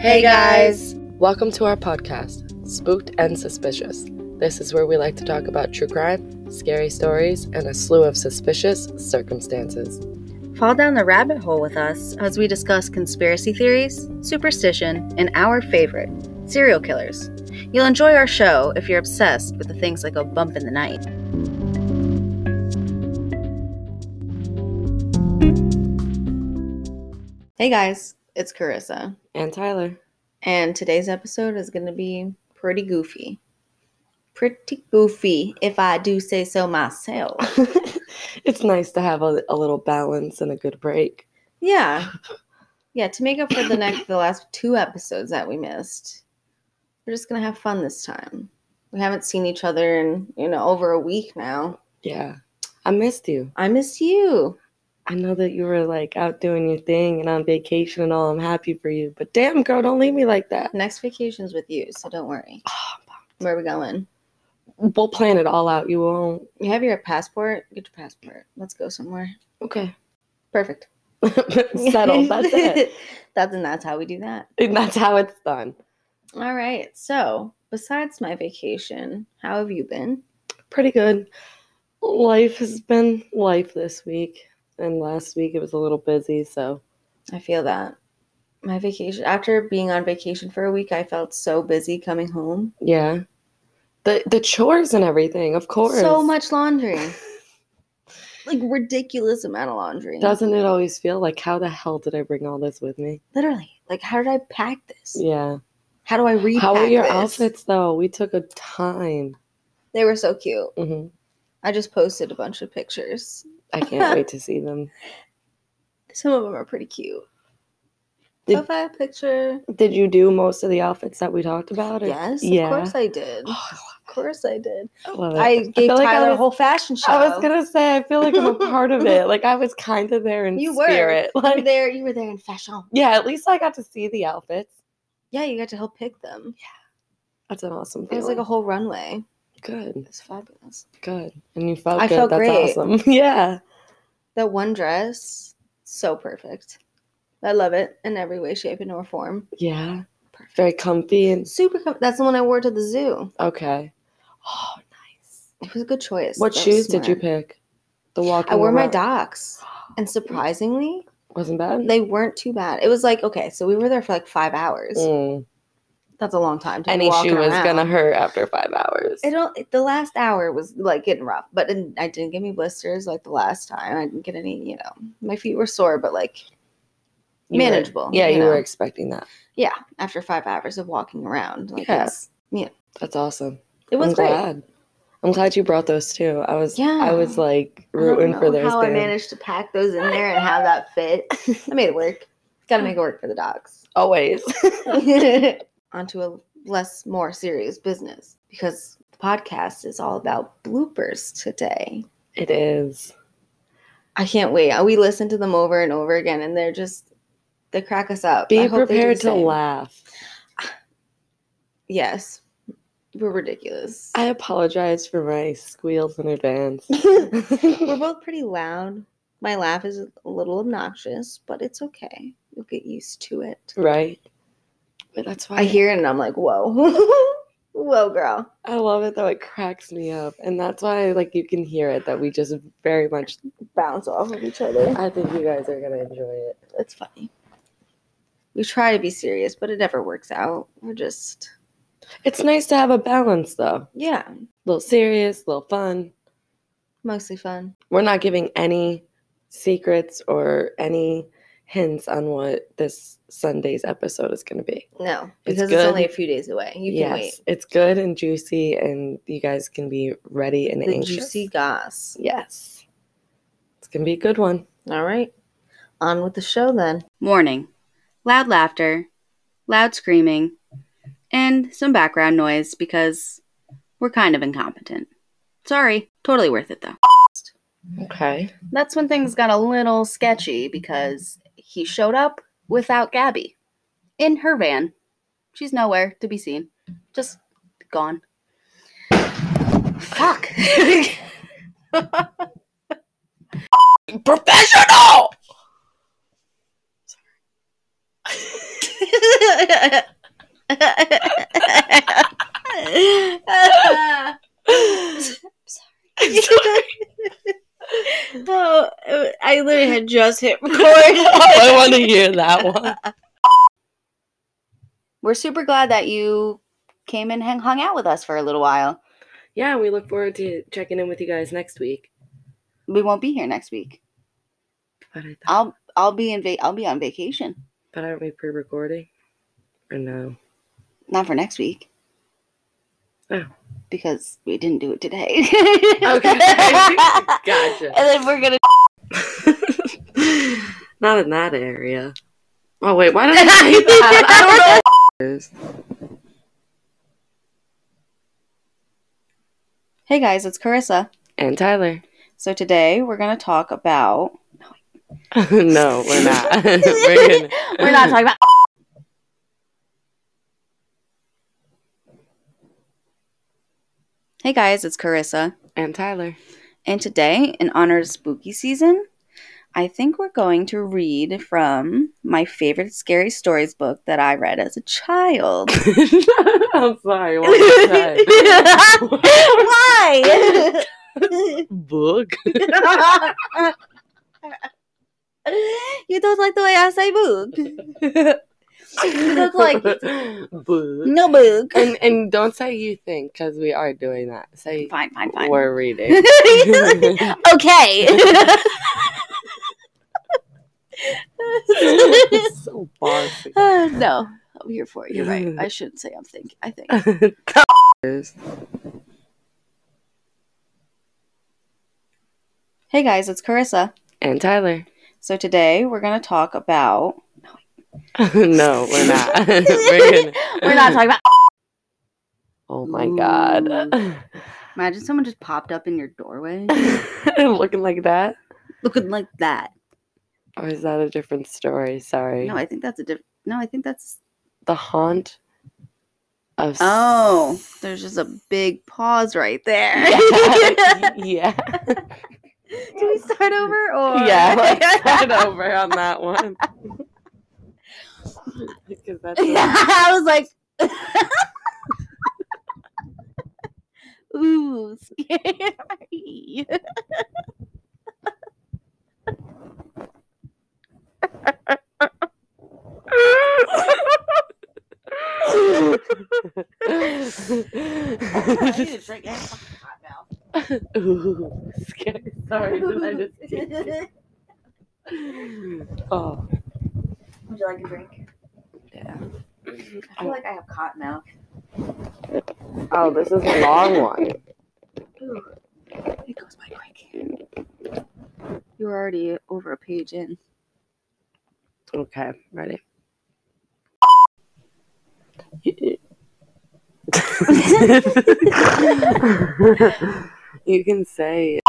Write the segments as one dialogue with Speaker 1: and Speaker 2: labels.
Speaker 1: Hey guys!
Speaker 2: Welcome to our podcast, Spooked and Suspicious. This is where we like to talk about true crime, scary stories, and a slew of suspicious circumstances.
Speaker 1: Fall down the rabbit hole with us as we discuss conspiracy theories, superstition, and our favorite, serial killers. You'll enjoy our show if you're obsessed with the things like a bump in the night. Hey guys, it's Carissa,
Speaker 2: And Tyler.
Speaker 1: and today's episode is going to be pretty goofy. Pretty goofy, if I do say so myself.
Speaker 2: it's nice to have a, a little balance and a good break.
Speaker 1: Yeah. Yeah, to make up for the next the last two episodes that we missed. We're just going to have fun this time. We haven't seen each other in, you know, over a week now.
Speaker 2: Yeah. I missed you.
Speaker 1: I miss you.
Speaker 2: I know that you were like out doing your thing and on vacation and all. I'm happy for you. But damn, girl, don't leave me like that.
Speaker 1: Next vacation's with you, so don't worry. Where are we going?
Speaker 2: We'll plan it all out. You won't.
Speaker 1: You have your passport? Get your passport. Let's go somewhere.
Speaker 2: Okay.
Speaker 1: Perfect.
Speaker 2: Settled. That's it.
Speaker 1: that's and that's how we do that.
Speaker 2: And that's how it's done.
Speaker 1: All right. So, besides my vacation, how have you been?
Speaker 2: pretty good. Life has been life this week, and last week it was a little busy, so
Speaker 1: I feel that. My vacation after being on vacation for a week, I felt so busy coming home.
Speaker 2: yeah. The the chores and everything, of course.
Speaker 1: So much laundry. like ridiculous amount of laundry.
Speaker 2: Doesn't it always feel like how the hell did I bring all this with me?
Speaker 1: Literally. Like how did I pack this?
Speaker 2: Yeah.
Speaker 1: How do I repack
Speaker 2: How were your
Speaker 1: this?
Speaker 2: outfits though? We took a time.
Speaker 1: They were so cute.
Speaker 2: hmm
Speaker 1: I just posted a bunch of pictures.
Speaker 2: I can't wait to see them.
Speaker 1: Some of them are pretty cute.
Speaker 2: Did-
Speaker 1: Profile picture.
Speaker 2: Did you do most of the outfits that we talked about? or-
Speaker 1: Yes,
Speaker 2: yeah.
Speaker 1: of course I did. Of
Speaker 2: Oh,
Speaker 1: course I did.
Speaker 2: I love it.
Speaker 1: I gave
Speaker 2: feel like I
Speaker 1: Tyler a
Speaker 2: was-
Speaker 1: whole fashion show.
Speaker 2: I was gonna say I feel like I'm a part of it. Like I was kind of there in
Speaker 1: you were.
Speaker 2: spirit.
Speaker 1: you were
Speaker 2: Like
Speaker 1: there. You were there in fashion.
Speaker 2: yeah, at least I got to see the outfits.
Speaker 1: Yeah, you got to help pick them.
Speaker 2: That's an awesome
Speaker 1: It
Speaker 2: feeling.
Speaker 1: was like a whole runway.
Speaker 2: good,
Speaker 1: It was fabulous.
Speaker 2: good, and you felt
Speaker 1: I
Speaker 2: good.
Speaker 1: felt
Speaker 2: That's
Speaker 1: great.
Speaker 2: awesome. Yeah,
Speaker 1: That one dress, so perfect. I love it in every way, shape, and or form.
Speaker 2: yeah,
Speaker 1: Perfect.
Speaker 2: very comfy and
Speaker 1: Super. Com- that's the one I wore to the zoo.
Speaker 2: okay. Oh, nice.
Speaker 1: It was a good choice.
Speaker 2: What
Speaker 1: That was
Speaker 2: shoes did you
Speaker 1: smart.
Speaker 2: pick? The walking.
Speaker 1: I wore my
Speaker 2: around-
Speaker 1: docs, and surprisingly,
Speaker 2: Wasn't bad.
Speaker 1: they weren't too bad. It was like okay, so we were there for like five hours.
Speaker 2: Mm.
Speaker 1: That's a long time. To be
Speaker 2: Any
Speaker 1: walking
Speaker 2: shoe was
Speaker 1: around.
Speaker 2: gonna hurt after five hours.
Speaker 1: It don't, the last hour was like getting rough, but it, I didn't get any blisters like the last time. I didn't get any, you know, my feet were sore, but like
Speaker 2: You were-
Speaker 1: manageable.
Speaker 2: yeah, you
Speaker 1: know?
Speaker 2: were expecting that.
Speaker 1: Yeah, after five hours of walking around, like
Speaker 2: Yeah.
Speaker 1: it's-
Speaker 2: That's awesome.
Speaker 1: it was
Speaker 2: I'm
Speaker 1: great.
Speaker 2: glad. I'm glad you brought those too. I was. Yeah. I was
Speaker 1: Yeah.
Speaker 2: like
Speaker 1: I don't
Speaker 2: rooting for
Speaker 1: know
Speaker 2: those.
Speaker 1: How I
Speaker 2: dude.
Speaker 1: managed to pack those in there and have that fit. I made it work. Got to make it work for the dogs.
Speaker 2: Always.
Speaker 1: Onto a less, more serious business because the podcast is all about bloopers today.
Speaker 2: it is.
Speaker 1: I can't wait. Uh, We listen to them over and over again, and they're just they crack us up. I
Speaker 2: Be
Speaker 1: hope they do
Speaker 2: prepared
Speaker 1: the
Speaker 2: to
Speaker 1: same.
Speaker 2: laugh.
Speaker 1: Yes, we're ridiculous.
Speaker 2: I apologize for my squeals in advance.
Speaker 1: we're both pretty loud. My laugh is a little obnoxious, but it's okay. You'll get used to it.
Speaker 2: right? But that's why
Speaker 1: I hear it and I'm like, whoa, whoa, girl.
Speaker 2: I love it though. It cracks me up, and that's why like you can hear it that we just very much.
Speaker 1: Bounce off of each other.
Speaker 2: I think you guys are gonna enjoy it.
Speaker 1: It's funny. We try to be serious, but it never works out. We're just,
Speaker 2: It's nice to have a balance though.
Speaker 1: yeah,
Speaker 2: little serious, little fun.
Speaker 1: mostly fun.
Speaker 2: We're not giving any secrets or any hints on what this Sunday's episode is gonna be.
Speaker 1: No,
Speaker 2: It's
Speaker 1: because it's,
Speaker 2: good.
Speaker 1: only a few days away. You can wait.
Speaker 2: it's good and juicy, and you guys can be ready and
Speaker 1: the
Speaker 2: anxious.
Speaker 1: juicy goss.
Speaker 2: Yes. It's going to be a good one.
Speaker 1: All right, on with the show then.
Speaker 3: Warning loud laughter, loud screaming, and some background noise because we're kind of incompetent. Sorry, totally worth it though.
Speaker 2: Okay.
Speaker 3: That's when things got a little sketchy because he showed up without Gabby in her van. She's nowhere to be seen, just gone. Fuck.
Speaker 2: Professional! I'm sorry.
Speaker 3: oh, I literally had just hit record.
Speaker 2: Oh, I want to hear that one.
Speaker 3: We're super glad that you came and hang- hung out with us for a little while.
Speaker 2: Yeah, we look forward to checking in with you guys next week.
Speaker 3: We won't be here next week.
Speaker 2: But I thought,
Speaker 3: I'll I'll be in va- I'll be on vacation.
Speaker 2: but aren't we pre-recording? Or no?
Speaker 3: Not for next week.
Speaker 2: Oh.
Speaker 3: Because we didn't do it today.
Speaker 2: Okay. Gotcha.
Speaker 3: And then we're gonna.
Speaker 2: Not in that area. Oh wait, why did I say that? I don't know.
Speaker 3: Hey guys, it's Carissa.
Speaker 2: And Tyler.
Speaker 3: So today we're gonna talk about.
Speaker 2: no, we're not. we're, gonna-
Speaker 3: We're not talking about. Hey guys, it's Carissa.
Speaker 2: And Tyler.
Speaker 3: And today, in honor of spooky season, I think we're going to read from my favorite scary stories book that I read as a child.
Speaker 2: I'm sorry. One more time.
Speaker 3: Why?
Speaker 2: Book.
Speaker 3: you don't like the way I say book. you look like it.
Speaker 2: book.
Speaker 3: No book.
Speaker 2: And and don't say you think because we are doing that. Say
Speaker 3: Fine, fine, fine.
Speaker 2: we're reading.
Speaker 3: okay.
Speaker 2: It's so bossy.
Speaker 3: Uh, no, I'm here for it. You're right. I shouldn't say I'm thinking. I
Speaker 2: Uh.
Speaker 3: think. Mm-hmm. Hey guys, it's Carissa.
Speaker 2: and Tyler.
Speaker 3: So today we're going to talk about.
Speaker 2: no, we're not. we're, gonna-
Speaker 3: We're not talking about.
Speaker 2: Oh my god.
Speaker 3: Imagine someone just popped up in your doorway
Speaker 2: Looking like that?
Speaker 3: looking like that.
Speaker 2: Or is that a different story? Sorry.
Speaker 3: No, I think that's a different. No, I think that's.
Speaker 2: the haunt of s-
Speaker 3: Oh, there's just a big pause right there.
Speaker 2: yeah. yeah.
Speaker 3: Do we start over or?
Speaker 2: Yeah, let's start over on that one. because that's a-
Speaker 3: I was like. Ooh, scary.
Speaker 2: Ooh, scary. Sorry, did I just
Speaker 3: Would
Speaker 2: Oh,
Speaker 3: you like a drink?
Speaker 2: yeah.
Speaker 3: I feel like I have cotton mouth.
Speaker 2: Oh, this is a long one.
Speaker 3: It goes by quick. You're already over a page in.
Speaker 2: Okay, ready. you can say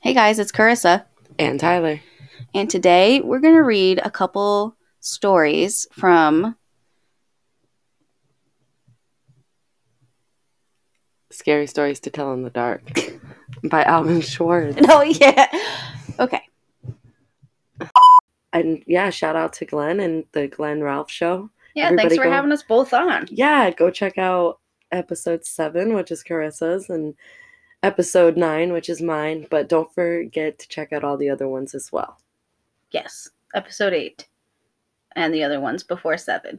Speaker 3: Hey guys, it's Carissa,
Speaker 2: and Tyler.
Speaker 3: and today we're going to read a couple stories from
Speaker 2: Scary stories to tell in the dark by Alvin Schwartz.
Speaker 3: No, yeah. Okay.
Speaker 2: And yeah, shout out to Glenn and the Glenn Ralph show.
Speaker 1: Yeah,
Speaker 2: Everybody
Speaker 1: thanks for
Speaker 2: go-
Speaker 1: having us both on.
Speaker 2: Yeah, go check out episode seven, which is Carissa's, and episode nine, which is mine. But don't forget to check out all the other ones as well.
Speaker 1: Yes, episode eight, and the other ones before seven.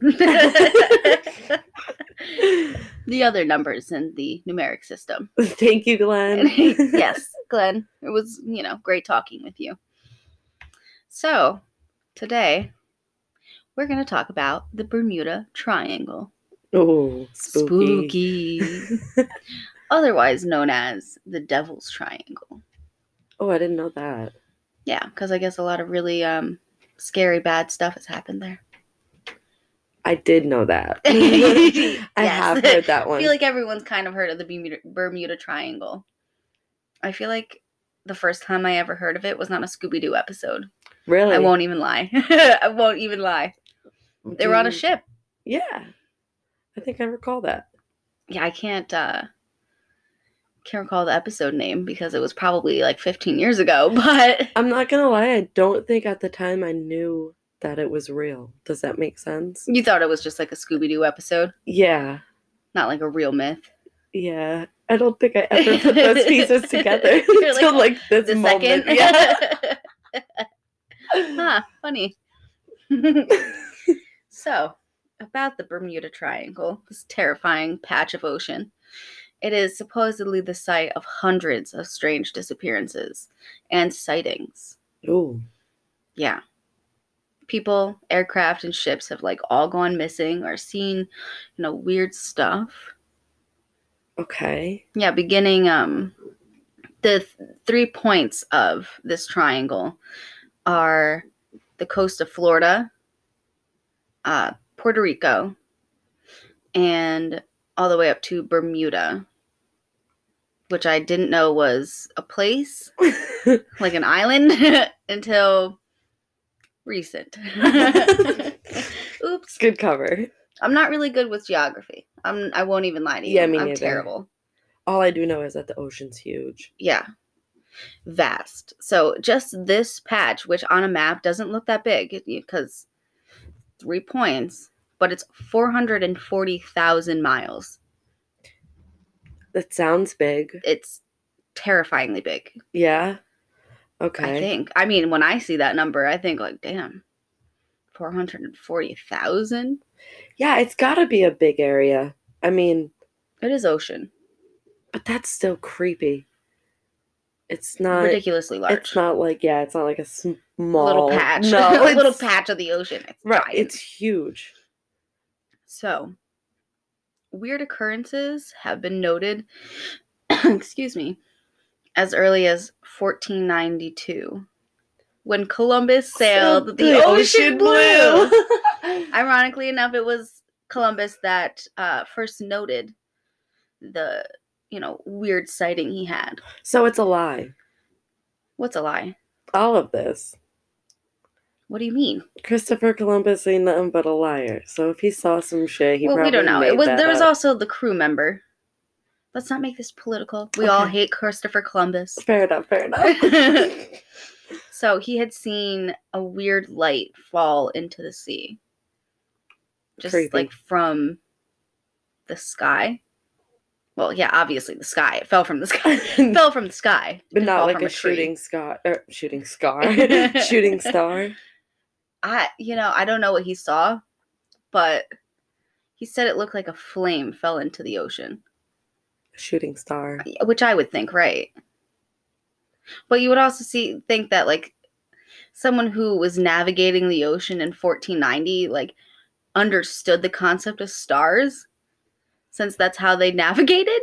Speaker 1: the other numbers in the numeric system.
Speaker 2: Thank you, Glenn.
Speaker 1: yes, Glenn, it was you know great talking with you. So today we're going to talk about the Bermuda Triangle.
Speaker 2: Oh, spooky.
Speaker 1: Spooky. Otherwise known as the Devil's Triangle.
Speaker 2: Oh, I didn't know that.
Speaker 1: Yeah, because I guess a lot of really um, scary, bad stuff has happened there.
Speaker 2: I did know that. I
Speaker 1: Yes.
Speaker 2: have heard that
Speaker 1: I
Speaker 2: one.
Speaker 1: feel like everyone's kind of heard of the Bermuda, Bermuda Triangle. I feel like the first time I ever heard of it was on a Scooby Doo episode.
Speaker 2: really?
Speaker 1: I won't even lie. I won't even lie. They were on a
Speaker 2: Do-
Speaker 1: ship.
Speaker 2: Yeah. I think I recall that.
Speaker 1: Yeah, I can't. uh
Speaker 3: can't recall the episode name because it was probably like 15 years ago, but
Speaker 2: I'm not gonna lie, I don't think at the time I knew that it was real. Does that make sense?
Speaker 3: you thought it was just like a Scooby Doo episode,
Speaker 2: Yeah.
Speaker 3: not like a real myth.
Speaker 2: Yeah. I don't think I ever put those pieces together
Speaker 3: You're like, "Oh,
Speaker 2: until like, this
Speaker 3: the
Speaker 2: moment.
Speaker 3: second.
Speaker 2: Yeah.
Speaker 3: huh, funny. so, about the Bermuda Triangle, this terrifying patch of ocean. It is supposedly the site of hundreds of strange disappearances and sightings.
Speaker 2: Ooh.
Speaker 3: Yeah. People, aircraft, and ships have like all gone missing or seen, you know, weird stuff.
Speaker 2: Okay.
Speaker 3: yeah beginning um the th- three points of this triangle are the coast of florida uh puerto rico and all the way up to bermuda which i didn't know was a place like an island until recent oops
Speaker 2: Good cover.
Speaker 3: i'm not really good with geography i'm i won't even lie to you
Speaker 2: Yeah, me
Speaker 3: i'm
Speaker 2: neither.
Speaker 3: terrible
Speaker 2: All I do know is that the ocean's huge.
Speaker 3: yeah vast so just this patch which on a map doesn't look that big because three points but it's 440000 miles
Speaker 2: That sounds big.
Speaker 3: it's terrifyingly big
Speaker 2: Yeah.
Speaker 3: i
Speaker 2: Okay.
Speaker 3: think i mean when i see that number i think like damn 440000
Speaker 2: Yeah, it's gotta be a big area. I mean,
Speaker 3: it is ocean
Speaker 2: but that's still creepy. It's not.
Speaker 3: ridiculously large
Speaker 2: Uh, It's not like yeah, it's not like a small
Speaker 3: little patch
Speaker 2: No,
Speaker 3: a little
Speaker 2: it's-
Speaker 3: patch of the ocean it's
Speaker 2: Right,
Speaker 3: giant.
Speaker 2: it's huge.
Speaker 3: So, weird occurrences have been noted, excuse me, as early as 1492 when Columbus sailed the, ocean, blue. Ironically enough, it was Columbus that uh, first noted the, you know, weird sighting he had.
Speaker 2: so it's a lie.
Speaker 3: What's a lie?
Speaker 2: All of this.
Speaker 3: What do you mean?
Speaker 2: Christopher Columbus ain't nothing but a liar. So if he saw some shit, he
Speaker 3: well, we
Speaker 2: probably
Speaker 3: don't know.
Speaker 2: Made
Speaker 3: It was
Speaker 2: that
Speaker 3: there was
Speaker 2: up.
Speaker 3: also the crew member. Let's not make this political. We all
Speaker 2: Okay.
Speaker 3: hate Christopher Columbus.
Speaker 2: fair enough. Fair enough.
Speaker 3: So he had seen a weird light fall into the sea. Just
Speaker 2: Creepy.
Speaker 3: like from the sky. Well, yeah, obviously the sky. It fell from the sky. It fell from the sky. It
Speaker 2: but
Speaker 3: didn't
Speaker 2: not
Speaker 3: fall
Speaker 2: like
Speaker 3: from
Speaker 2: a,
Speaker 3: tree.
Speaker 2: shooting scar. Er, shooting scar. shooting star.
Speaker 3: I you know, I don't know what he saw, but he said it looked like a flame fell into the ocean.
Speaker 2: Shooting star.
Speaker 3: which I would think right. But you would also see think that like someone who was navigating the ocean in 1490 like understood the concept of stars since that's how they navigated.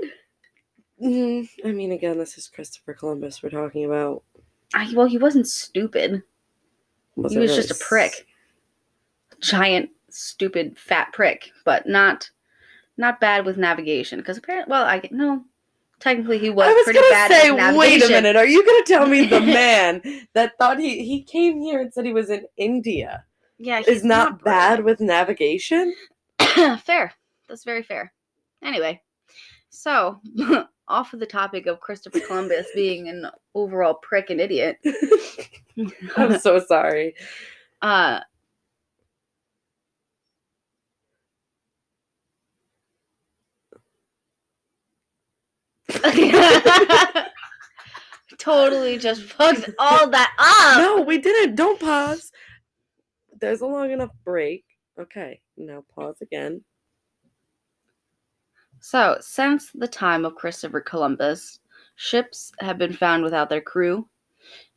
Speaker 2: Mm, I mean, again, this is Christopher Columbus we're talking about.
Speaker 3: I, well, he wasn't stupid. he
Speaker 2: it
Speaker 3: was
Speaker 2: really
Speaker 3: just a prick. Giant stupid fat prick, but not not bad with navigation because apparently well, I get no technically he was,
Speaker 2: I was
Speaker 3: pretty
Speaker 2: gonna
Speaker 3: bad at
Speaker 2: say,
Speaker 3: navigation.
Speaker 2: wait a minute, are you gonna tell me the man that thought he he came here and said he was in India
Speaker 3: Yeah, he's
Speaker 2: is not
Speaker 3: brilliant.
Speaker 2: bad with navigation?
Speaker 3: fair. That's very fair. Anyway, so off of the topic of Christopher Columbus being an overall prick and idiot,
Speaker 2: I'm so sorry.
Speaker 3: uh, totally just fucked all that up.
Speaker 2: No, we didn't. Don't pause. There's a long enough break. Okay, now pause again.
Speaker 3: So, since the time of Christopher Columbus, ships have been found without their crew,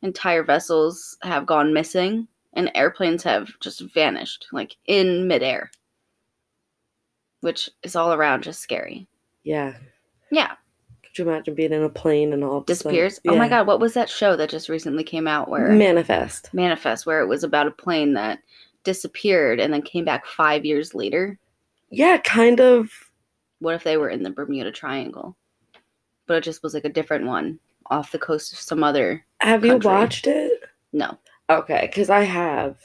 Speaker 3: entire vessels have gone missing, and airplanes have just vanished, like in midair, which is all around just scary.
Speaker 2: Yeah.
Speaker 3: Yeah,
Speaker 2: Could you imagine being in a plane and all of a sudden-
Speaker 3: disappears. Oh my
Speaker 2: Yeah.
Speaker 3: god, what was that show that just recently came out where
Speaker 2: Manifest.
Speaker 3: Manifest, where it was about a plane that disappeared and then came back five years later?
Speaker 2: Yeah, kind of.
Speaker 3: What if they were in the Bermuda Triangle? But it just was like a different one off the coast of some other
Speaker 2: Have you
Speaker 3: Country.
Speaker 2: watched it?
Speaker 3: No.
Speaker 2: Okay, because I have.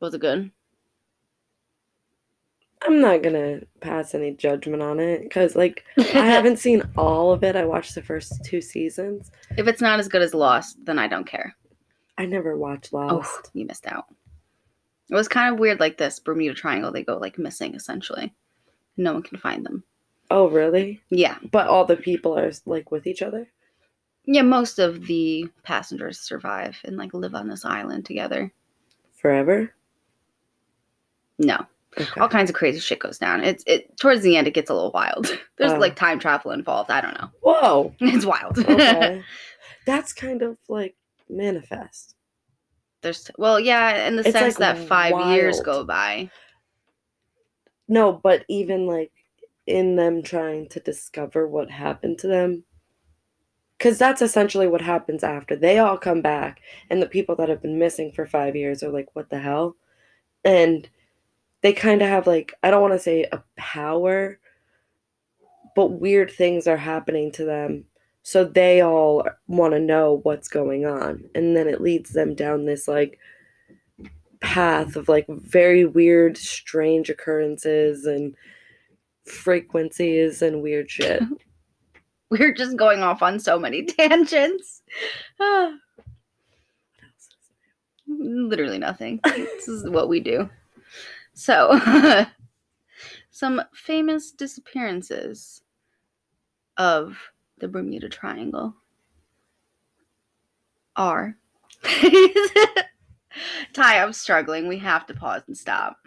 Speaker 3: Was it good?
Speaker 2: I'm not gonna pass any judgment on it because, like, I haven't seen all of it. I watched the first two seasons.
Speaker 3: if it's not as good as Lost, then I don't care.
Speaker 2: I never watched
Speaker 3: Oh,
Speaker 2: Lost.
Speaker 3: you missed out. It was kind of weird, like this Bermuda Triangle. They go like missing essentially. No one can find them.
Speaker 2: Oh, really?
Speaker 3: Yeah,
Speaker 2: But all the people are like with each other.
Speaker 3: yeah. Most of the passengers survive and like live on this island together.
Speaker 2: Forever?
Speaker 3: No,
Speaker 2: Okay.
Speaker 3: all kinds of crazy shit goes down. It's it towards the end, it gets a little wild. There's
Speaker 2: Oh.
Speaker 3: like time travel involved. I don't know.
Speaker 2: Whoa.
Speaker 3: It's wild.
Speaker 2: Okay. That's kind of like manifest.
Speaker 3: There's well, yeah, in the
Speaker 2: It's,
Speaker 3: sense
Speaker 2: like,
Speaker 3: that five years
Speaker 2: wild.
Speaker 3: go by.
Speaker 2: No, but even like in them trying to discover what happened to them. Because that's essentially what happens after. They all come back, and the people that have been missing for five years are like, what the hell? And they kind of have like, I don't want to say a power, but weird things are happening to them. So they all want to know what's going on. And then it leads them down this like path of like very weird, strange occurrences and frequencies and weird shit.
Speaker 3: We're just going off on so many tangents. Literally nothing. this is what we do. So, some famous disappearances of the Bermuda Triangle are. Ty, I'm struggling. We have to pause and stop.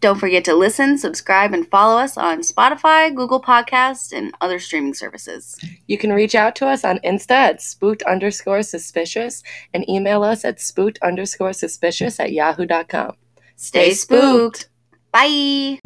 Speaker 4: Don't forget to listen, subscribe, and follow us on Spotify, Google Podcasts, and other streaming services.
Speaker 5: You can reach out to us on Insta at spooked underscore suspicious and email us at spooked underscore suspicious at yahoo.com.
Speaker 4: Stay spooked. Bye.